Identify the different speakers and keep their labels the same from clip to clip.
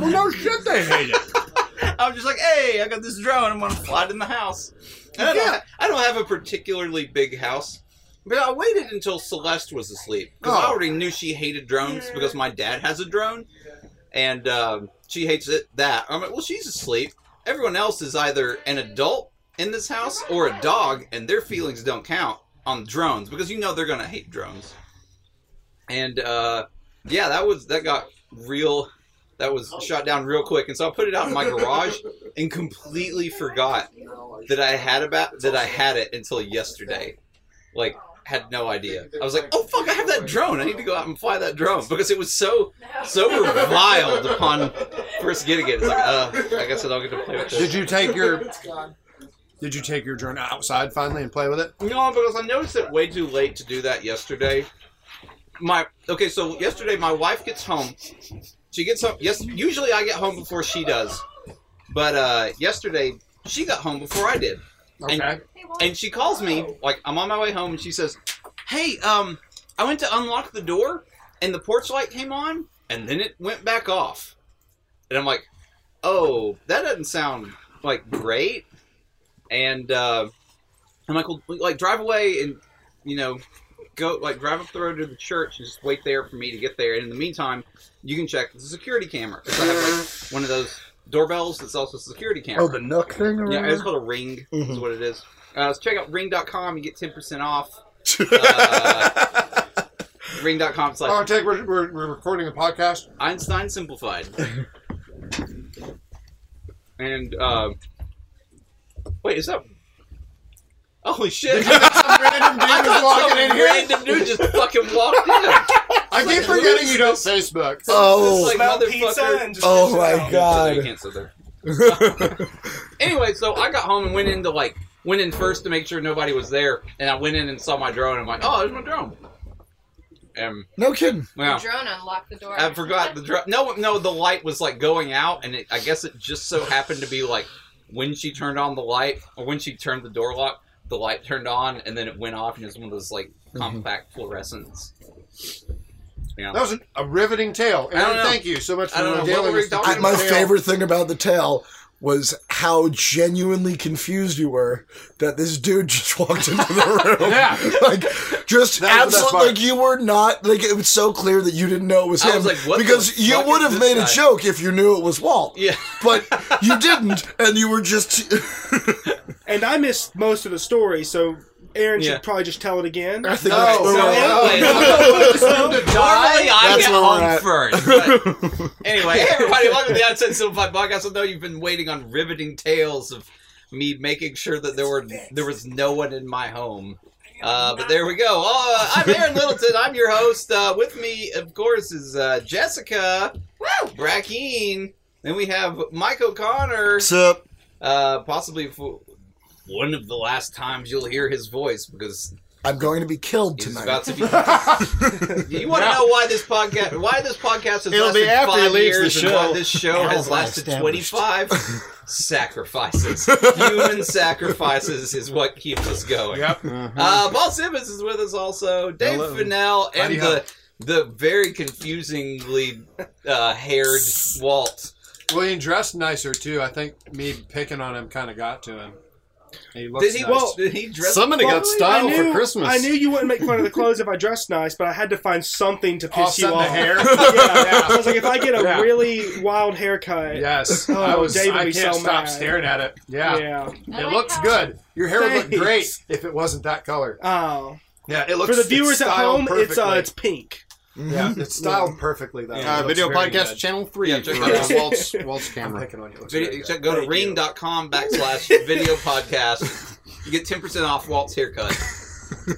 Speaker 1: Well, no shit, they hate it.
Speaker 2: I'm just like, hey, I got this drone. I'm gonna fly it in the house. And I don't,
Speaker 1: Yeah.
Speaker 2: I don't have a particularly big house, but I waited until Celeste was asleep because I
Speaker 1: Oh.
Speaker 2: already knew she hated drones because my dad has a drone, and um, she hates it. That I'm like, well, she's asleep. Everyone else is either an adult in this house or a dog, and their feelings don't count on drones because you know they're gonna hate drones. And uh, yeah, that was that got real. That was shot down real quick, and so I put it out in my garage and completely forgot that I had about that I had it until yesterday. Like had no idea. I was like, "Oh fuck, I have that drone. I need to go out and fly that drone because it was so so reviled upon first getting it. It's like, uh, I guess I don't get to play with
Speaker 1: Did
Speaker 2: this.
Speaker 1: you take your
Speaker 3: It's gone.
Speaker 1: Did you take your drone outside finally and play with it?
Speaker 2: No, because I noticed it way too late to do that yesterday. My okay, so yesterday my wife gets home. She gets home. Yes, usually I get home before she does, but uh, yesterday she got home before I did.
Speaker 1: Okay.
Speaker 2: And she calls me, like, I'm on my way home, and she says, Hey, um, I went to unlock the door, and the porch light came on, and then it went back off. And I'm like, Oh, that doesn't sound, like, great. And, uh, I'm like, Well, like, drive away and, you know, go, like, drive up the road to the church and just wait there for me to get there. And in the meantime, you can check the security camera. 'Cause I have, like, one of those doorbells that's also a security camera.
Speaker 1: Oh, the Nook thing. Or
Speaker 2: Yeah,
Speaker 1: whatever?
Speaker 2: it's called a ring.
Speaker 1: Mm-hmm.
Speaker 2: Is what it is. Uh, so check out ring.com. You get ten percent off. Uh, Ring.com
Speaker 1: oh,
Speaker 2: slash
Speaker 1: take we're, we're, we're recording the podcast.
Speaker 2: Einstein simplified. and uh, wait, is that? Holy shit!
Speaker 1: Some random dude was walking in
Speaker 2: Some
Speaker 1: here.
Speaker 2: random dude just fucking walked in.
Speaker 1: I keep forgetting you don't Facebook.
Speaker 2: It's
Speaker 4: Oh,
Speaker 2: like,
Speaker 3: Smell
Speaker 2: motherfucker.
Speaker 3: pizza and just
Speaker 4: Oh
Speaker 3: shit
Speaker 4: my
Speaker 3: out.
Speaker 4: God.
Speaker 2: I can't sit there. anyway, so I got home and went into like went in first to make sure nobody was there, and I went in and saw my drone. I'm like, oh, there's my drone. And
Speaker 4: no kidding.
Speaker 2: well,
Speaker 5: drone unlocked the door.
Speaker 2: I forgot the drone. No, no, the light was like going out, and it, I guess it just so happened to be like when she turned on the light or when she turned the door lock, the light turned on, and then it went off, and it was one of those like compact fluorescents. Yeah.
Speaker 1: That was a, a riveting tale.
Speaker 2: I don't
Speaker 1: Aaron,
Speaker 2: know.
Speaker 1: thank you so much
Speaker 2: I don't know.
Speaker 1: for
Speaker 2: What
Speaker 1: dealing
Speaker 2: were we
Speaker 1: with the
Speaker 2: talking
Speaker 1: tale.
Speaker 2: about?
Speaker 4: my favorite thing about the tale was how genuinely confused you were that this dude just walked into the room.
Speaker 1: Yeah.
Speaker 4: Like,
Speaker 1: That was the best
Speaker 4: just
Speaker 1: part.
Speaker 4: absolutely, like you were not, like, it was so clear that you didn't know it was
Speaker 2: I
Speaker 4: him.
Speaker 2: was like, what the
Speaker 4: because you
Speaker 2: fuck
Speaker 4: would
Speaker 2: is
Speaker 4: have
Speaker 2: this
Speaker 4: made
Speaker 2: guy?
Speaker 4: a joke if you knew it was Walt.
Speaker 2: Yeah.
Speaker 4: But you didn't, and you were just.
Speaker 3: And I missed most of the story, so Aaron
Speaker 2: Yeah.
Speaker 3: should probably just tell it again.
Speaker 4: I think
Speaker 1: No,
Speaker 4: that's where
Speaker 2: So
Speaker 4: we're at.
Speaker 2: anyway, Normally, I
Speaker 4: That's
Speaker 2: get
Speaker 4: where we're
Speaker 2: home
Speaker 4: at.
Speaker 2: first. but- anyway, hey everybody, welcome to the Outset Simplified Podcast. I know you've been waiting on riveting tales of me making sure that there were there was no one in my home. Uh, but there we go. Uh, I'm Aaron Littleton. I'm your host. Uh, with me, of course, is uh, Jessica Brackeen. Then we have Mike O'Connor.
Speaker 4: What's up?
Speaker 2: Uh, possibly for one of the last times you'll hear his voice because
Speaker 4: I'm going to be killed
Speaker 2: He's
Speaker 4: tonight.
Speaker 2: about to be. you want to know why this podcast? Why this podcast has
Speaker 1: It'll be
Speaker 2: lasted
Speaker 1: after he
Speaker 2: five
Speaker 1: leaves
Speaker 2: years,
Speaker 1: the
Speaker 2: and why
Speaker 1: show.
Speaker 2: this show has
Speaker 4: Alright,
Speaker 2: lasted twenty
Speaker 4: established.
Speaker 2: five sacrifices. Human sacrifices is what keeps us going.
Speaker 1: Yep.
Speaker 2: Uh, Paul Simmons is with us also. Dave
Speaker 1: Hello.
Speaker 2: Fennell and
Speaker 1: Howdy
Speaker 2: the the very confusingly uh, haired Walt.
Speaker 1: Well, he dressed nicer too. I think me picking on him kind of got to him. He looked
Speaker 2: Did he?
Speaker 1: nice.
Speaker 2: Well, did he dress?
Speaker 1: Somebody
Speaker 3: Well,
Speaker 1: got style
Speaker 3: I knew,
Speaker 1: for Christmas.
Speaker 3: I knew you wouldn't make fun of the clothes if I dressed nice, but I had to find something to
Speaker 1: All
Speaker 3: piss
Speaker 1: of a sudden
Speaker 3: you off.
Speaker 1: the hair.
Speaker 3: Yeah,
Speaker 1: Yeah.
Speaker 3: So I was like, if I get a
Speaker 1: Yeah.
Speaker 3: really wild haircut,
Speaker 1: Yes,
Speaker 3: Oh,
Speaker 1: I was.
Speaker 3: David
Speaker 1: I
Speaker 3: would be
Speaker 1: can't
Speaker 3: so
Speaker 1: stop
Speaker 3: mad.
Speaker 1: staring at it. Yeah,
Speaker 3: yeah.
Speaker 5: I
Speaker 1: it
Speaker 5: like
Speaker 1: looks
Speaker 5: how-
Speaker 1: good. Your hair would look great
Speaker 3: Thanks.
Speaker 1: if it wasn't that color.
Speaker 3: Oh,
Speaker 1: Yeah, it looks
Speaker 3: for the viewers at
Speaker 1: styled
Speaker 3: home, it's uh,
Speaker 1: perfectly.
Speaker 3: it's pink.
Speaker 4: Mm-hmm.
Speaker 1: yeah, it's styled perfectly though.
Speaker 2: Yeah,
Speaker 1: It
Speaker 6: Uh,
Speaker 1: looks
Speaker 6: video
Speaker 1: very
Speaker 6: podcast
Speaker 1: good.
Speaker 6: channel three.
Speaker 2: Yeah, check
Speaker 6: for,
Speaker 2: it
Speaker 6: uh,
Speaker 3: out.
Speaker 6: Walt's, Walt's
Speaker 1: I'm
Speaker 6: camera.
Speaker 1: picking on you. It looks
Speaker 2: Video,
Speaker 1: very good.
Speaker 2: check, go to
Speaker 3: Thank you.
Speaker 2: ring.com backslash video podcast. You get 10% off Walt's haircut.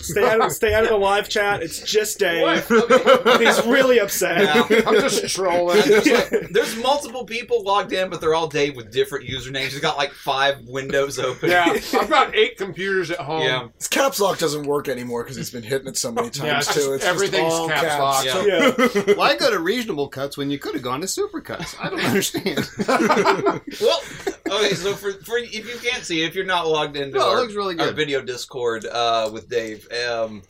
Speaker 3: Stay out of stay out of the live chat. It's just Dave.
Speaker 2: Okay.
Speaker 3: And He's really upset.
Speaker 2: Now,
Speaker 1: I'm just trolling.
Speaker 2: there's, like- there's multiple people logged in, but they're all Dave with different usernames. He's got like five windows open.
Speaker 1: yeah, I've got eight computers at home.
Speaker 2: Yeah.
Speaker 4: His caps lock doesn't work anymore because he's been hitting it so many times
Speaker 1: Yeah, it's just-
Speaker 4: too. It's just
Speaker 1: everything's
Speaker 4: all
Speaker 1: caps lock.
Speaker 2: Yeah.
Speaker 3: Yeah.
Speaker 6: Why go to reasonable cuts when you could have gone to super cuts? I don't understand.
Speaker 2: Well, okay, so for, for if you can't see, if you're not logged into
Speaker 6: No, it
Speaker 2: our,
Speaker 6: looks really
Speaker 2: our
Speaker 6: good.
Speaker 2: video Discord uh, with Dave, um,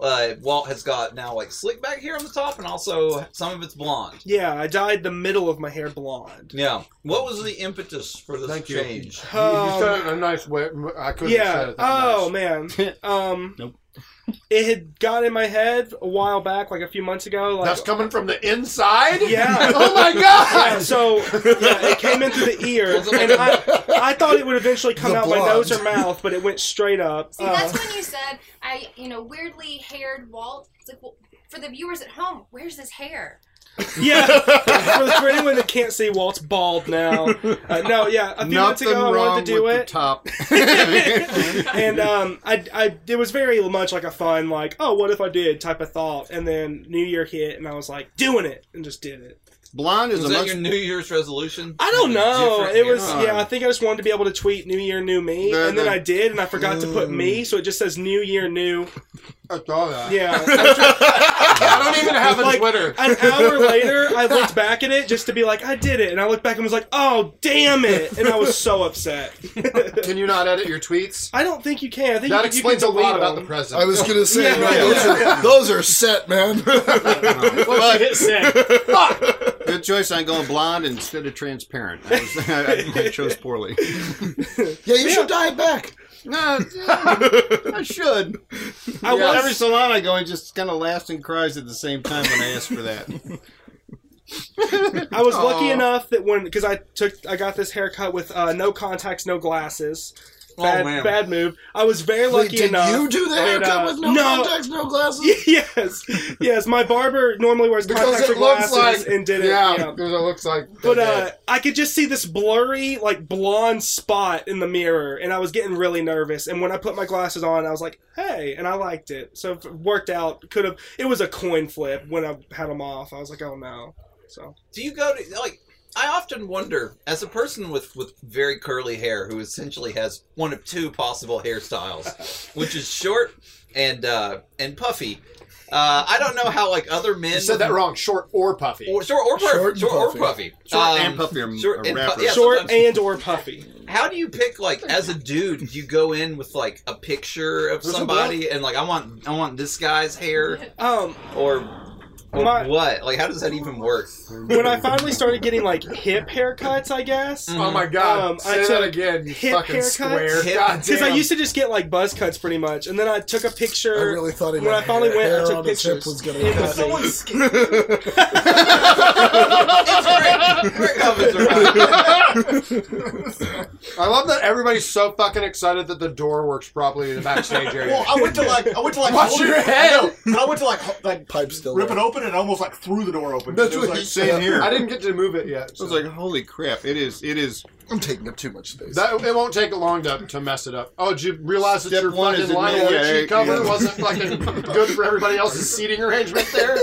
Speaker 2: Uh, Walt has got now like slick back here on the top, and also some of it's blonde.
Speaker 3: Yeah, I dyed the middle of my hair blonde.
Speaker 2: Yeah. What was the impetus for this
Speaker 1: Thank you.
Speaker 2: change?
Speaker 1: you said
Speaker 3: Um,
Speaker 1: it in a nice way. I couldn't have said
Speaker 3: yeah.
Speaker 1: it that
Speaker 3: Oh
Speaker 1: nice.
Speaker 3: man. Um,
Speaker 6: Nope.
Speaker 3: it had got in my head a while back, like a few months ago. Like,
Speaker 1: That's coming from the inside?
Speaker 3: Yeah.
Speaker 1: oh my
Speaker 3: Yeah,
Speaker 1: god!
Speaker 3: so yeah, it came in through the ear, and I, I thought it would eventually come
Speaker 4: The
Speaker 3: out my
Speaker 4: blonde.
Speaker 3: nose or mouth, but it went straight up.
Speaker 5: See,
Speaker 3: Uh,
Speaker 5: that's
Speaker 1: Oh.
Speaker 5: when you said I, you know, weirdly haired Walt. It's like, well, for the viewers at home, where's his hair?
Speaker 3: yeah, for, for anyone that can't see, Walt's bald now. Uh, no, yeah, a few months
Speaker 6: Nothing
Speaker 3: ago I
Speaker 6: wrong
Speaker 3: wanted to do
Speaker 6: with
Speaker 3: it,
Speaker 6: the top.
Speaker 3: and um, I, I, it was very much like a fun, like, oh, what if I did type of thought, and then New Year hit, and I was like, doing it, and just did it.
Speaker 6: Blonde is
Speaker 2: Was
Speaker 6: a
Speaker 2: that
Speaker 6: much
Speaker 2: your New Year's resolution?
Speaker 3: I don't know.
Speaker 2: Different
Speaker 3: It was
Speaker 2: hair?
Speaker 3: yeah. I think I just wanted to be able to tweet "New Year, New Me,"
Speaker 6: The-
Speaker 3: and then
Speaker 6: the-
Speaker 3: I did, and I forgot to
Speaker 1: Mm.
Speaker 3: put me, so it just says "New Year, New."
Speaker 1: I saw that.
Speaker 3: Yeah.
Speaker 1: I don't even have a
Speaker 3: Like-
Speaker 1: Twitter.
Speaker 3: An hour later, I looked back at it just to be like, I did it, and I looked back and was like, oh damn it, and I was so upset.
Speaker 1: Can you not edit your tweets?
Speaker 3: I don't think you can. I think
Speaker 1: That
Speaker 3: you,
Speaker 1: explains
Speaker 3: you
Speaker 1: a
Speaker 3: can delete
Speaker 1: lot about the
Speaker 3: them.
Speaker 1: president.
Speaker 4: I was gonna say,
Speaker 3: Yeah.
Speaker 4: man, Those, are, those are set, man.
Speaker 1: Well,
Speaker 7: Hit send.
Speaker 6: good choice on going blonde instead of transparent. I, was, I, I chose poorly.
Speaker 4: yeah, you should dye it back.
Speaker 6: No, I should.
Speaker 1: Yeah.
Speaker 3: I was
Speaker 6: Every salon I go in just kind of laughs and cries at the same time when I ask for that.
Speaker 3: I was lucky
Speaker 6: Aw.
Speaker 3: enough that when because I took I got this haircut with uh, no contacts, no glasses. Bad,
Speaker 2: Oh, man.
Speaker 3: bad move. I was very
Speaker 4: Wait,
Speaker 3: lucky
Speaker 4: did
Speaker 3: enough.
Speaker 4: you do the
Speaker 3: that,
Speaker 4: haircut
Speaker 3: uh,
Speaker 4: with no,
Speaker 3: no.
Speaker 4: contacts, no glasses?
Speaker 3: yes, yes. My barber normally wears
Speaker 1: because
Speaker 3: contacts or
Speaker 1: it looks
Speaker 3: glasses
Speaker 1: like
Speaker 3: and did it.
Speaker 1: Yeah,
Speaker 3: yeah.
Speaker 1: because it looks like.
Speaker 3: But
Speaker 1: they
Speaker 3: uh,
Speaker 1: did.
Speaker 3: I could just see this blurry, like blonde spot in the mirror, and I was getting really nervous. And when I put my glasses on, I was like, "Hey!" And I liked it, so it worked out. Could have. It was a coin flip when I had them off. I was like, "Oh no!" So
Speaker 2: Do you go to like? I often wonder, as a person with with very curly hair who essentially has one of two possible hairstyles, which is short and uh, and puffy. Uh, I don't know how like other men
Speaker 1: you said that wrong. Short or puffy.
Speaker 2: Or, short or,
Speaker 4: Short
Speaker 2: short
Speaker 4: and
Speaker 2: short or
Speaker 4: puffy.
Speaker 2: puffy.
Speaker 6: Short
Speaker 2: Um,
Speaker 6: and puffy are
Speaker 2: short
Speaker 6: short
Speaker 2: and
Speaker 6: and
Speaker 2: pu- yeah.
Speaker 3: short
Speaker 2: sometimes-
Speaker 3: and or puffy.
Speaker 2: How do you pick like as a dude? Do you go in with like a picture of
Speaker 1: There's a
Speaker 2: somebody and like I want I want this guy's hair
Speaker 3: Um,
Speaker 2: or, or
Speaker 3: My-
Speaker 2: what? Like how does that even work?
Speaker 3: when I finally started getting like hip haircuts, I guess.
Speaker 1: oh my god!
Speaker 3: Um,
Speaker 1: say
Speaker 3: I
Speaker 1: that
Speaker 3: took
Speaker 1: again. You
Speaker 3: hip
Speaker 1: fucking
Speaker 3: haircuts.
Speaker 1: square.
Speaker 2: Hip-
Speaker 1: God
Speaker 3: Because I
Speaker 1: damn.
Speaker 3: used to just get like buzz cuts pretty much, and then I took a picture.
Speaker 4: I really thought he
Speaker 3: when I finally went,
Speaker 4: hair
Speaker 3: I took
Speaker 4: on his hip
Speaker 3: pictures.
Speaker 4: was gonna
Speaker 3: It
Speaker 4: cut.
Speaker 3: was like-
Speaker 2: It's great. Great comments around.
Speaker 1: I love that everybody's so fucking excited that the door works properly in the backstage area.
Speaker 7: Well, I went to like I went to like
Speaker 1: Watch
Speaker 7: hold it-
Speaker 1: your head!
Speaker 7: No, I went to like ho- like
Speaker 4: Pipe still.
Speaker 7: rip it
Speaker 4: there.
Speaker 7: open and almost like threw the door open.
Speaker 4: That's
Speaker 7: It was
Speaker 4: what he
Speaker 7: like-
Speaker 6: Same here.
Speaker 1: I
Speaker 6: I
Speaker 1: didn't get to move it yet. so.
Speaker 6: was like, holy crap! It is. It is.
Speaker 4: I'm taking up too much space.
Speaker 1: That, it won't take long to, to mess it up. Oh, did you realize that
Speaker 6: Step
Speaker 1: your
Speaker 6: one
Speaker 1: fucking
Speaker 6: is admit-
Speaker 1: Lionel
Speaker 6: yeah,
Speaker 1: Richie cover
Speaker 6: yeah.
Speaker 1: wasn't fucking good for everybody else's seating arrangement there?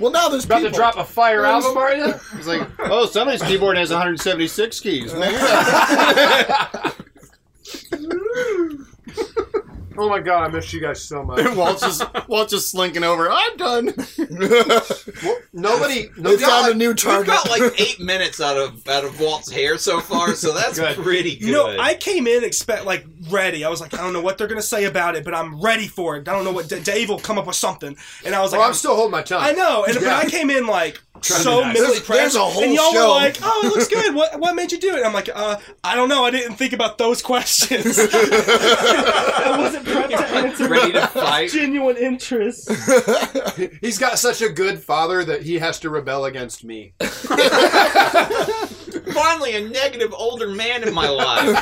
Speaker 4: well, now there's
Speaker 1: About
Speaker 4: people.
Speaker 1: to drop a fire album, are you?
Speaker 6: It's like, oh, somebody's keyboard has 176 keys. Man.
Speaker 1: Oh my god, I missed you guys so much.
Speaker 6: Walt's just Walt's just slinking over. I'm done.
Speaker 1: Well, nobody,
Speaker 4: They
Speaker 1: nobody.
Speaker 4: found a new
Speaker 2: We've
Speaker 4: target.
Speaker 2: got like eight minutes out of out of Walt's hair so far, so that's
Speaker 1: Good.
Speaker 2: pretty good.
Speaker 3: You know, I came in expect like ready. I was like, I don't know what they're gonna say about it, but I'm ready for it. I don't know what D- Dave will come up with something, and I was
Speaker 4: Oh,
Speaker 3: like,
Speaker 1: Well, I'm still holding my tongue.
Speaker 3: I know, and
Speaker 1: Yeah.
Speaker 3: but I came in like
Speaker 1: Trying to
Speaker 3: so
Speaker 1: be nice.
Speaker 3: mentally
Speaker 4: There's- there's
Speaker 3: pressed,
Speaker 4: a whole
Speaker 3: and y'all
Speaker 4: show.
Speaker 3: were like, "Oh, it looks good. What what made you do it?" I'm like, "Uh, I don't know. I didn't think about those questions. I wasn't prepped to answer
Speaker 2: ready to fight.
Speaker 3: genuine interest."
Speaker 1: He's got such a good father that he has to rebel against me.
Speaker 2: Finally, a negative older man in my life.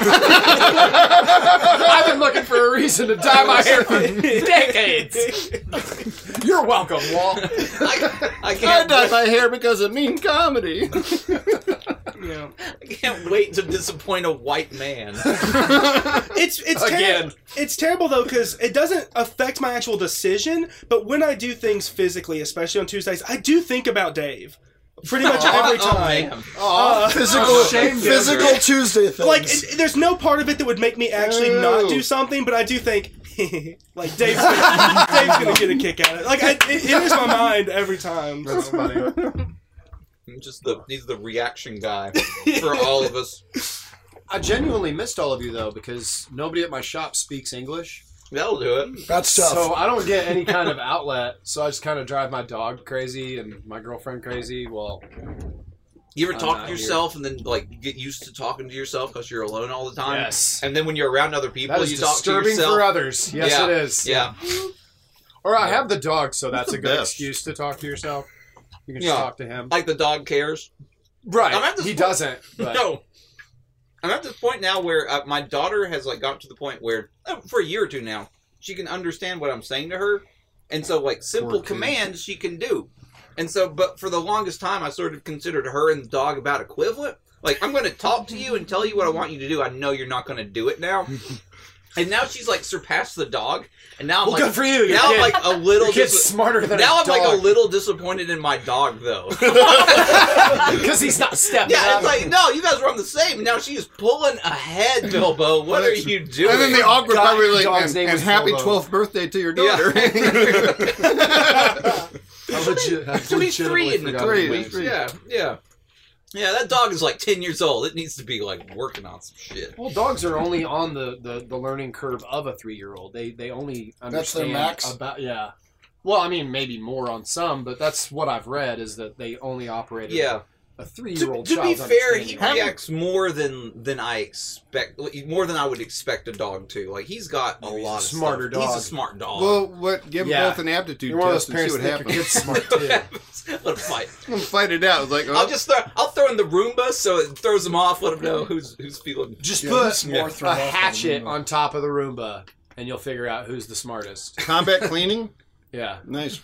Speaker 1: I've been looking for a reason to dye my hair for decades. You're welcome, Walt.
Speaker 2: I, I
Speaker 6: I
Speaker 2: can't.
Speaker 6: dyed my hair because of mean comedy.
Speaker 3: Yeah.
Speaker 2: I can't wait to disappoint a white man.
Speaker 3: It's it's
Speaker 1: Again.
Speaker 3: terrible. It's terrible though because it doesn't affect my actual decision. But when I do things physically, especially on Tuesdays, I do think about Dave pretty much every
Speaker 2: Oh,
Speaker 3: time. Uh,
Speaker 2: man.
Speaker 1: Aw.
Speaker 4: physical,
Speaker 1: Shame,
Speaker 4: physical
Speaker 2: Denver.
Speaker 4: Tuesday things.
Speaker 3: like it, there's no part of it that would make me actually not do
Speaker 6: No.
Speaker 3: something, but I do think. like Dave's gonna, Dave's gonna get a kick out of it. Like I, it enters my mind every time.
Speaker 1: That's funny.
Speaker 2: I'm just the he's the reaction guy for all of us.
Speaker 1: I genuinely missed all of you though because nobody at my shop speaks English.
Speaker 2: That'll do it.
Speaker 4: That's tough.
Speaker 1: So I don't get any kind of outlet, so I just kind of drive my dog crazy and my girlfriend crazy. Well,
Speaker 2: You ever
Speaker 1: I'm
Speaker 2: talk
Speaker 1: not
Speaker 2: to
Speaker 1: here.
Speaker 2: yourself and then like you get used to talking to yourself because you're alone all the time?
Speaker 1: yes,
Speaker 2: And then when you're around other people,
Speaker 1: that is
Speaker 2: you talk to
Speaker 1: disturbing
Speaker 2: yourself.
Speaker 1: for others. Yes,
Speaker 2: Yeah.
Speaker 1: it is.
Speaker 2: yeah,
Speaker 1: Or I have the dog, so
Speaker 6: That's
Speaker 1: that's
Speaker 6: the
Speaker 1: a good
Speaker 6: best.
Speaker 1: excuse to talk to yourself. You can just
Speaker 2: Yeah.
Speaker 1: talk to him.
Speaker 2: like the dog cares. I'm
Speaker 1: Right.
Speaker 2: at this
Speaker 1: He
Speaker 2: point-
Speaker 1: doesn't. But
Speaker 2: No. I'm at this point now where uh, my daughter has like gotten to the point where uh, for a year or two now she can understand what I'm saying to her, and so like simple
Speaker 6: kid.
Speaker 2: commands she can do, and so but for the longest time I sort of considered her and the dog about equivalent. Like I'm going to talk to you and tell you what I want you to do. I know you're not going to do it now, and now she's like surpassed the dog, and now I'm
Speaker 1: Well,
Speaker 2: like
Speaker 1: good for you. Your
Speaker 2: now
Speaker 1: kid,
Speaker 2: I'm like a little
Speaker 1: your kid's
Speaker 2: dis-
Speaker 1: smarter than
Speaker 2: now
Speaker 1: a
Speaker 2: I'm like a
Speaker 1: dog.
Speaker 2: little disappointed in my dog though.
Speaker 1: because he's not stepping.
Speaker 2: Yeah,
Speaker 1: up.
Speaker 2: it's like no, you guys were on the same. Now she's pulling ahead, Bilbo. What are you doing?
Speaker 6: And then the awkward
Speaker 1: God,
Speaker 6: part where like,
Speaker 1: dog's
Speaker 6: and,
Speaker 1: name
Speaker 6: and
Speaker 1: was
Speaker 6: happy
Speaker 1: Bilbo.
Speaker 6: 12th birthday to your
Speaker 2: Yeah.
Speaker 6: daughter.
Speaker 1: I legit, I
Speaker 2: She'll be three
Speaker 1: legitimately
Speaker 2: in the
Speaker 1: forgot
Speaker 6: three.
Speaker 1: the names.
Speaker 6: Three.
Speaker 2: yeah, yeah, yeah. That dog is like ten years old. It needs to be like working on some shit.
Speaker 1: Well, dogs are only on the, the, the learning curve of a three year old. They they only
Speaker 4: That's their
Speaker 1: understand
Speaker 4: max?
Speaker 1: about yeah. Well, I mean, maybe more on some, but that's what I've read is that they only operate. at
Speaker 2: Yeah.
Speaker 1: A three year
Speaker 2: To,
Speaker 1: old.
Speaker 2: to be
Speaker 1: child's
Speaker 2: fair, he
Speaker 1: understanding.
Speaker 2: reacts more than than I expect, more than I would expect a dog to. Like he's got a
Speaker 1: Oh, He's a
Speaker 2: lot of
Speaker 1: smarter
Speaker 2: stuff.
Speaker 1: dog.
Speaker 2: He's a smart dog.
Speaker 6: well, what? Give them
Speaker 1: Yeah.
Speaker 6: both an aptitude
Speaker 1: You're one of those
Speaker 6: test and see
Speaker 1: parents
Speaker 6: what
Speaker 1: that think your
Speaker 6: happens.
Speaker 1: kid's smart too.
Speaker 2: let him fight.
Speaker 6: Let's Fight it out. It's like,
Speaker 2: I'll
Speaker 6: oh,
Speaker 2: just throw. I'll throw in the Roomba so it throws him off. Let him know who's who's feeling.
Speaker 1: Just
Speaker 4: Yeah,
Speaker 1: put
Speaker 4: he's more
Speaker 1: a
Speaker 4: thrilled off
Speaker 1: hatchet
Speaker 4: than a Roomba.
Speaker 1: on top of the Roomba, and you'll figure out who's the smartest.
Speaker 6: oh, combat cleaning.
Speaker 1: Yeah,
Speaker 6: Nice.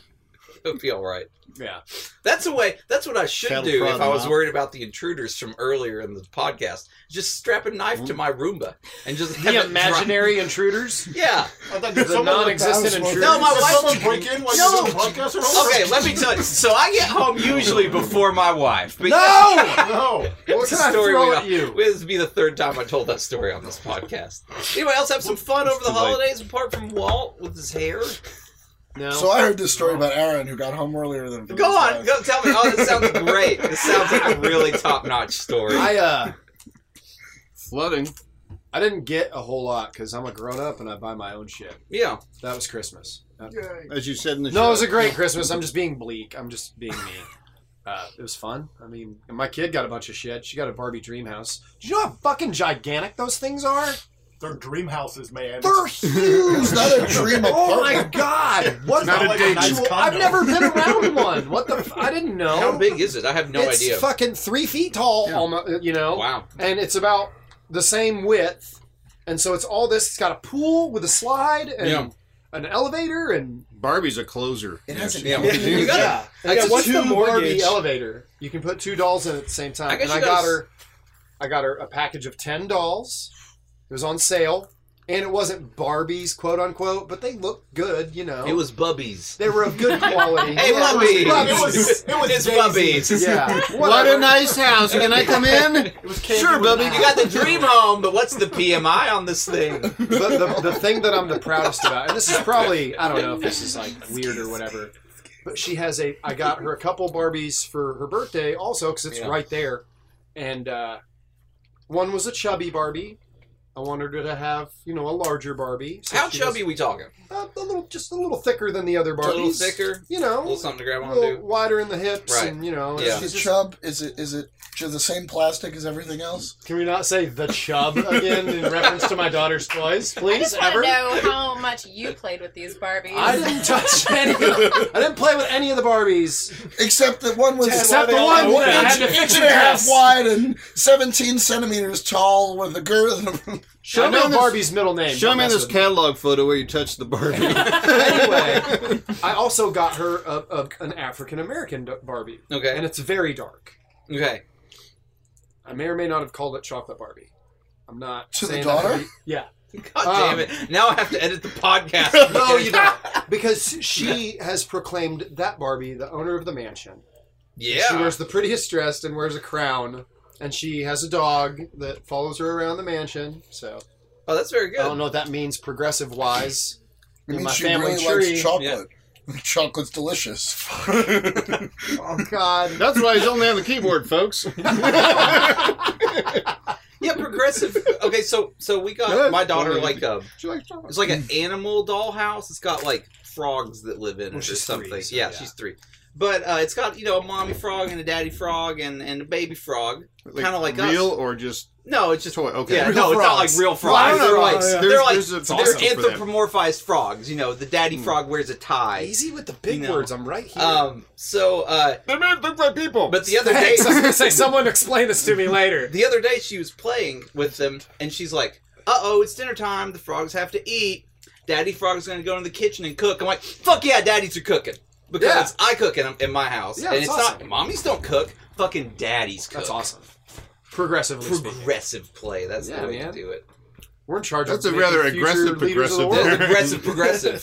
Speaker 2: It'll be all right.
Speaker 1: yeah.
Speaker 2: That's the way. That's what I should
Speaker 6: Cattle
Speaker 2: do
Speaker 6: prod
Speaker 2: if I
Speaker 6: them
Speaker 2: was
Speaker 6: out.
Speaker 2: worried about the intruders from earlier in the podcast. Just strap a knife to my Roomba and just have
Speaker 1: The
Speaker 2: it dry-
Speaker 1: imaginary intruders,
Speaker 2: Yeah.
Speaker 7: I thought- did
Speaker 1: the
Speaker 7: someone like
Speaker 1: non-existent
Speaker 7: that-
Speaker 1: intruders.
Speaker 2: No, my
Speaker 7: Did
Speaker 2: wife-
Speaker 7: someone break in while
Speaker 2: No.
Speaker 7: you were on podcast or something?
Speaker 2: Okay. Let me tell you. So I get home usually before my wife. but-
Speaker 1: No!
Speaker 7: No.
Speaker 1: What
Speaker 2: It's a
Speaker 1: can I
Speaker 2: story
Speaker 1: throw
Speaker 2: we
Speaker 1: at
Speaker 2: all-
Speaker 1: you?
Speaker 2: This would be the third time I told that story on this podcast. Anybody else have some fun over the
Speaker 6: too late.
Speaker 2: holidays apart from Walt with his hair?
Speaker 1: No.
Speaker 4: So I heard this story about Aaron who got home earlier than.
Speaker 2: Go on, go tell me. Oh, this sounds great. This sounds like a really top-notch story.
Speaker 1: I uh.
Speaker 6: Flooding.
Speaker 1: I didn't get a whole lot because I'm a grown up and I buy my own shit.
Speaker 2: yeah.
Speaker 1: That was Christmas. Uh,
Speaker 6: As you said in the show.
Speaker 1: no, it was a great Christmas. I'm just being bleak. I'm just being me. Uh, it was fun. I mean, and my kid got a bunch of shit. She got a Barbie dream house. Do you know how fucking gigantic those things are?
Speaker 7: They're dream houses, man.
Speaker 1: They're huge.
Speaker 4: It's not a dream
Speaker 1: oh my
Speaker 4: apartment.
Speaker 1: god! What
Speaker 7: not
Speaker 1: the
Speaker 7: a Dayton
Speaker 1: actual-
Speaker 7: condo.
Speaker 1: I've never been around one. What the? F- I didn't know.
Speaker 2: How big is it? I have no
Speaker 1: it's
Speaker 2: idea. Oh,
Speaker 1: fucking three feet tall.
Speaker 6: Yeah.
Speaker 1: Almost, you know.
Speaker 2: Wow.
Speaker 1: and it's about the same width. And so it's all this. It's got a pool with a slide and
Speaker 2: Yeah.
Speaker 1: an elevator and
Speaker 6: Barbie's a closer.
Speaker 4: It hasn't.
Speaker 2: Yeah.
Speaker 4: You
Speaker 2: You gotta- I
Speaker 1: it's
Speaker 2: just-
Speaker 1: a
Speaker 3: what's the
Speaker 1: two Barbie
Speaker 3: mortgage?
Speaker 1: elevator. You can put two dolls in at the same time.
Speaker 2: I
Speaker 1: and
Speaker 2: guess you
Speaker 1: I got
Speaker 2: guys-
Speaker 1: her, I got her a package of ten dolls. It was on sale, and it wasn't Barbies, quote unquote, but they looked good. You know,
Speaker 2: It was Bubbies.
Speaker 1: they were of good quality.
Speaker 2: Hey,
Speaker 1: Yeah,
Speaker 2: Bubbies!
Speaker 1: it was
Speaker 7: It was- it was
Speaker 2: it's
Speaker 7: Daisy.
Speaker 2: Bubbies.
Speaker 1: Yeah,
Speaker 6: What a
Speaker 1: whatever.
Speaker 6: nice house. Can I come in?
Speaker 7: It was candy
Speaker 6: sure,
Speaker 7: with
Speaker 6: Bubby.
Speaker 2: You got the dream home, but what's the PMI on this thing?
Speaker 1: but the, the thing that I'm the proudest about, and this is probably I don't know if this is like weird or whatever, but she has a. I got her a couple Barbies for her birthday also because it's
Speaker 2: Yeah.
Speaker 1: right there, and uh, one was a chubby Barbie. I wanted her to have you know a larger Barbie. so
Speaker 2: How
Speaker 1: she
Speaker 2: chubby we talking?
Speaker 1: Was, uh, a little, just a little thicker than the other Barbies.
Speaker 2: A little thicker,
Speaker 1: You
Speaker 2: a little
Speaker 1: know.
Speaker 2: something to grab
Speaker 1: A
Speaker 2: onto.
Speaker 1: little wider in the hips,
Speaker 2: Right.
Speaker 1: and you know,
Speaker 2: Yeah.
Speaker 1: she's
Speaker 4: Is it
Speaker 1: just-
Speaker 4: chub? Is it is it just the same plastic as everything else?
Speaker 1: can we not say the chub again in reference to my daughter's toys,
Speaker 5: I
Speaker 1: please?
Speaker 5: just want to
Speaker 1: ever?
Speaker 5: know how much you played with these Barbies.
Speaker 1: I didn't touch any. I didn't play with any of the Barbies.
Speaker 4: Except that one was
Speaker 1: Except the
Speaker 4: one
Speaker 1: one that I
Speaker 4: inch,
Speaker 1: had to
Speaker 4: inch
Speaker 1: fix
Speaker 4: and a half
Speaker 1: dress.
Speaker 4: wide and 17 centimeters tall with a girth. of-
Speaker 1: I
Speaker 6: Show me
Speaker 1: know
Speaker 6: in this-
Speaker 1: Barbie's middle name.
Speaker 6: Show
Speaker 1: don't
Speaker 6: me in
Speaker 1: mess
Speaker 6: this
Speaker 1: with me.
Speaker 6: catalog photo where you touched the Barbie.
Speaker 1: Anyway, I also got her a, a, an African American Barbie, and
Speaker 2: Okay.
Speaker 1: it's very dark.
Speaker 2: Okay.
Speaker 1: I may or may not have called it Chocolate Barbie. I'm not
Speaker 4: To the
Speaker 1: saying that
Speaker 4: daughter?
Speaker 1: to be- yeah.
Speaker 2: God
Speaker 1: Um,
Speaker 2: damn it. Now I have to edit the podcast.
Speaker 1: No, you don't, because she has proclaimed that Barbie the owner of the mansion. She
Speaker 2: Yeah.
Speaker 1: wears the prettiest dress and wears a crown, and she has a dog that follows her around the mansion. So
Speaker 2: Oh, that's very
Speaker 1: I don't
Speaker 2: good.
Speaker 1: know what that means progressive wise.
Speaker 4: It
Speaker 1: In
Speaker 4: means
Speaker 1: my
Speaker 4: she
Speaker 1: family
Speaker 4: really
Speaker 1: tree.
Speaker 4: likes chocolate. Chocolate's delicious.
Speaker 1: Oh God.
Speaker 6: That's why he's only on the keyboard, folks.
Speaker 2: Yeah, aggressive. Okay, so so we got
Speaker 6: Good.
Speaker 2: my daughter
Speaker 6: Well,
Speaker 2: like a
Speaker 6: She likes chocolate.
Speaker 2: it's like an animal dollhouse. It's got like frogs that live in it
Speaker 1: Well,
Speaker 2: or
Speaker 1: she's
Speaker 2: something.
Speaker 1: three, so
Speaker 2: yeah,
Speaker 1: yeah.
Speaker 2: she's three. But uh, it's got you know a mommy frog and a daddy frog and, and a baby frog. kinda like us.
Speaker 6: real or just
Speaker 2: No, it's just
Speaker 6: toy. Okay.
Speaker 2: yeah.
Speaker 6: Real
Speaker 2: no, it's not like
Speaker 6: frogs.
Speaker 2: real
Speaker 6: Well, I
Speaker 2: frogs.
Speaker 6: don't know.
Speaker 2: They're
Speaker 6: Like,
Speaker 2: like
Speaker 3: yeah.
Speaker 6: There's,
Speaker 2: They're like-
Speaker 6: there's a
Speaker 2: they're
Speaker 6: potential for that.
Speaker 2: anthropomorphized frogs. You know, the daddy
Speaker 6: Hmm.
Speaker 2: frog wears a tie.
Speaker 1: Easy with the big
Speaker 2: You know.
Speaker 1: words. I'm right here.
Speaker 2: Um, so, uh,
Speaker 6: They made look like people.
Speaker 2: but the other day,
Speaker 1: Thanks. I was gonna say someone explain this to me later.
Speaker 2: the other day she was playing with them, and she's like, "Uh oh, it's dinner time. The frogs have to eat. Daddy frog's gonna go into the kitchen and cook." I'm like, "Fuck yeah, daddies are cooking because I cook in, in my house,
Speaker 1: Yeah,
Speaker 2: and it's
Speaker 1: that's awesome.
Speaker 2: not mommies don't cook. Fucking daddies cook.
Speaker 1: That's awesome. Progressively speaking,
Speaker 2: Progressive play. That's
Speaker 1: Yeah,
Speaker 2: the way
Speaker 1: man.
Speaker 2: to do it.
Speaker 1: we're in charge.
Speaker 6: That's a
Speaker 1: of making
Speaker 6: rather
Speaker 1: future
Speaker 6: aggressive
Speaker 1: leaders of the world.
Speaker 6: progressive
Speaker 2: That's
Speaker 6: there.
Speaker 2: aggressive, progressive.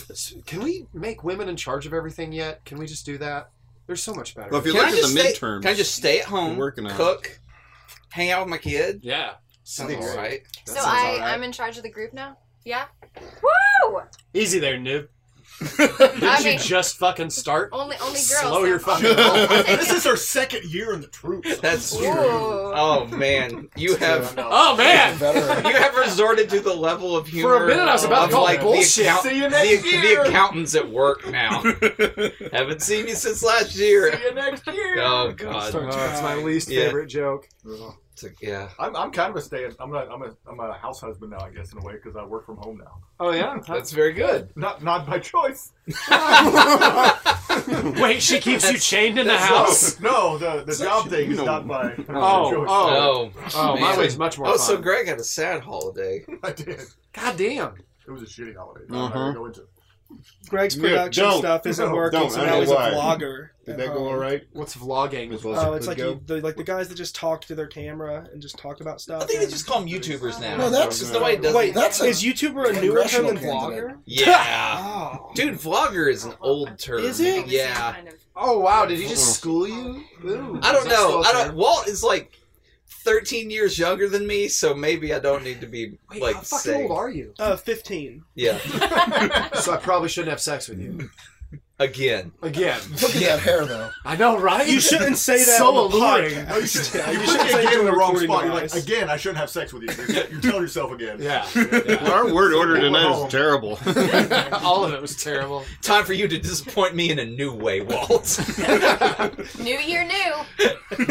Speaker 1: Can we make women in charge of everything yet? Can we just do that? There's so much better.
Speaker 6: Well, if you
Speaker 2: Can
Speaker 6: look
Speaker 2: I
Speaker 6: at
Speaker 2: just
Speaker 6: the
Speaker 2: stay-
Speaker 6: midterms,
Speaker 2: Can I just stay at home,
Speaker 6: You're working on it.
Speaker 2: cook, hang out with my kid?
Speaker 1: yeah.
Speaker 2: Sounds all
Speaker 1: Sneaks.
Speaker 2: right.
Speaker 1: That
Speaker 5: So
Speaker 1: sounds
Speaker 5: I,
Speaker 1: all right.
Speaker 5: I'm in charge of the group now. Yeah. Woo!
Speaker 1: Easy there, noob. Didn't
Speaker 5: I
Speaker 1: you
Speaker 5: mean- Oh.
Speaker 1: just fucking start?
Speaker 5: Only, only girls.
Speaker 1: Slow
Speaker 5: so
Speaker 1: your
Speaker 5: I'll-
Speaker 1: fucking
Speaker 5: I'll
Speaker 6: roll.
Speaker 5: take
Speaker 7: This
Speaker 5: it.
Speaker 7: is her second year in the troops.
Speaker 2: That's
Speaker 5: Ooh.
Speaker 2: true. Oh man, you have
Speaker 1: Oh man!
Speaker 4: Veteran.
Speaker 2: you have resorted to the level of humor.
Speaker 1: For a minute, I was about
Speaker 2: of,
Speaker 1: to call
Speaker 2: like,
Speaker 1: bullshit.
Speaker 2: The, account-
Speaker 1: See you
Speaker 2: the,
Speaker 1: next
Speaker 2: the
Speaker 1: year.
Speaker 2: accountants at work now. Haven't seen you since last year.
Speaker 1: See you next year.
Speaker 2: Oh god.
Speaker 1: Starts- that's my least
Speaker 2: Yeah.
Speaker 1: favorite joke.
Speaker 2: It's like, yeah.
Speaker 7: I'm, I'm kind of a stay. I'm a, I'm a I'm a house husband now, I guess, in a way, because I work from home now.
Speaker 1: Oh yeah, that's very good.
Speaker 7: Not not by choice.
Speaker 1: Wait, she keeps you chained in the
Speaker 2: that's
Speaker 1: house?
Speaker 7: No, the the job thing is
Speaker 6: no.
Speaker 7: not by.
Speaker 1: Oh,
Speaker 7: choice.
Speaker 1: oh,
Speaker 2: Oh.
Speaker 1: oh, my
Speaker 2: man.
Speaker 1: way's much more
Speaker 2: Oh,
Speaker 1: fun.
Speaker 2: so Greg had a sad holiday.
Speaker 1: oh.
Speaker 7: I did.
Speaker 1: God damn.
Speaker 7: It was a shitty holiday. I'm not
Speaker 6: Uh-huh.
Speaker 7: gonna go into. it.
Speaker 3: Greg's
Speaker 6: Yeah,
Speaker 3: production
Speaker 6: don't.
Speaker 3: stuff isn't
Speaker 7: No,
Speaker 3: working,
Speaker 6: don't.
Speaker 3: so
Speaker 6: I
Speaker 3: now
Speaker 6: know
Speaker 3: he's a
Speaker 6: why.
Speaker 3: vlogger.
Speaker 6: Did
Speaker 3: at
Speaker 6: that go
Speaker 3: home.
Speaker 6: all right?
Speaker 1: What's vlogging?
Speaker 6: As well as
Speaker 3: Oh,
Speaker 6: it
Speaker 3: it's
Speaker 6: could
Speaker 3: like
Speaker 6: go?
Speaker 3: you, the, like the guys that just talk to their camera and just talk about stuff.
Speaker 2: I think they
Speaker 3: and-
Speaker 2: just call them YouTubers now.
Speaker 4: No, that's-
Speaker 2: Because nobody does
Speaker 3: Wait,
Speaker 2: it.
Speaker 4: that's a
Speaker 3: is YouTuber a newer term than
Speaker 4: congressional
Speaker 3: vlogger?
Speaker 2: Yeah.
Speaker 3: Oh,
Speaker 2: Dude, vlogger is an old term.
Speaker 3: Is it?
Speaker 2: Yeah.
Speaker 1: Oh wow, did he just school you? Ooh,
Speaker 2: I
Speaker 1: is
Speaker 2: don't
Speaker 1: that
Speaker 2: know.
Speaker 1: still
Speaker 2: I
Speaker 1: a
Speaker 2: don't.
Speaker 1: term?
Speaker 2: Walt is like 13 years younger than me, so maybe I don't need to be
Speaker 1: Wait,
Speaker 2: like
Speaker 1: how fucking
Speaker 2: saying-
Speaker 1: old are you?
Speaker 3: uh, fifteen.
Speaker 2: Yeah.
Speaker 1: so I probably shouldn't have sex with you
Speaker 2: Again.
Speaker 1: again.
Speaker 4: Look at that hair, though.
Speaker 1: I know, right?
Speaker 3: You shouldn't say that.
Speaker 1: So
Speaker 3: on the
Speaker 1: alluring.
Speaker 3: podcast.
Speaker 7: No, you should.
Speaker 3: Yeah,
Speaker 7: you
Speaker 3: you
Speaker 7: should
Speaker 3: shouldn't
Speaker 7: say
Speaker 3: say
Speaker 7: you're in the
Speaker 3: you're
Speaker 7: wrong
Speaker 3: recording
Speaker 7: spot. You're
Speaker 3: device.
Speaker 7: like, again, I shouldn't have sex with you. You tell yourself again.
Speaker 1: Yeah.
Speaker 6: Well, our word order
Speaker 7: People at
Speaker 6: tonight
Speaker 7: home.
Speaker 6: is terrible.
Speaker 1: All of it was terrible.
Speaker 2: Time for you to disappoint me in a new way, Walt.
Speaker 5: New year, new.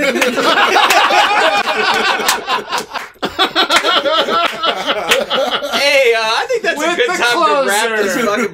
Speaker 2: hey, uh, I think that's a
Speaker 1: With
Speaker 2: good
Speaker 1: the
Speaker 2: time to wrap this
Speaker 1: closer.
Speaker 2: fucking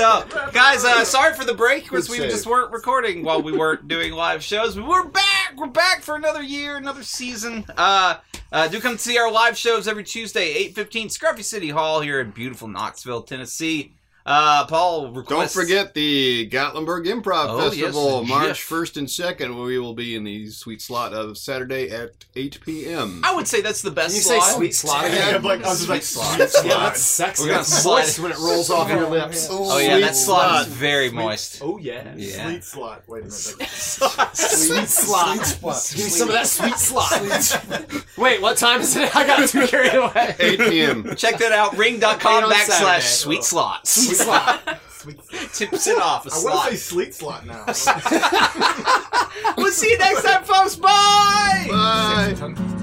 Speaker 2: up. Guys, uh, sorry for the break because
Speaker 6: Good
Speaker 2: we
Speaker 6: save.
Speaker 2: just weren't recording while we weren't doing live shows. But we're back. We're back for another year, another season. Uh, uh, do come see our live shows every Tuesday, 8.15, Scruffy City Hall here in beautiful Knoxville, Tennessee. Uh, Paul
Speaker 6: Don't
Speaker 2: requests...
Speaker 6: forget the Gatlinburg Improv
Speaker 2: Oh, yes,
Speaker 6: Festival,
Speaker 2: the
Speaker 6: March
Speaker 2: GIF.
Speaker 6: 1st and 2nd, where we will be in the sweet slot of Saturday at 8 p.m.
Speaker 2: I would say that's the best
Speaker 1: you say
Speaker 2: slot.
Speaker 1: sweet slot
Speaker 7: Yeah,
Speaker 1: again?
Speaker 7: I'm like, I was just like,
Speaker 6: Sweet
Speaker 7: slide.
Speaker 1: Yeah, that's sexy.
Speaker 2: We're gonna
Speaker 1: That's
Speaker 2: slide
Speaker 1: moist
Speaker 2: it.
Speaker 1: when it rolls off your lips.
Speaker 2: Oh, yeah, that slot is very moist.
Speaker 1: Oh yeah.
Speaker 2: Yeah.
Speaker 7: Sweet slot. Wait a minute.
Speaker 1: Sweet slot.
Speaker 4: Sweet spot.
Speaker 1: Give me some of that sweet slot. Wait, what time is it? I got too carried away.
Speaker 6: 8 p.m.
Speaker 2: Check that out. Ring.com
Speaker 1: Eight on Saturday.
Speaker 2: backslash sweet slots.
Speaker 1: Sweet slot.
Speaker 7: Sweet slot.
Speaker 2: Tips it off a
Speaker 7: I want to
Speaker 2: slot.
Speaker 7: say sleep slot now.
Speaker 2: We'll see you next time, folks. Bye.
Speaker 6: Bye.
Speaker 7: Tongue-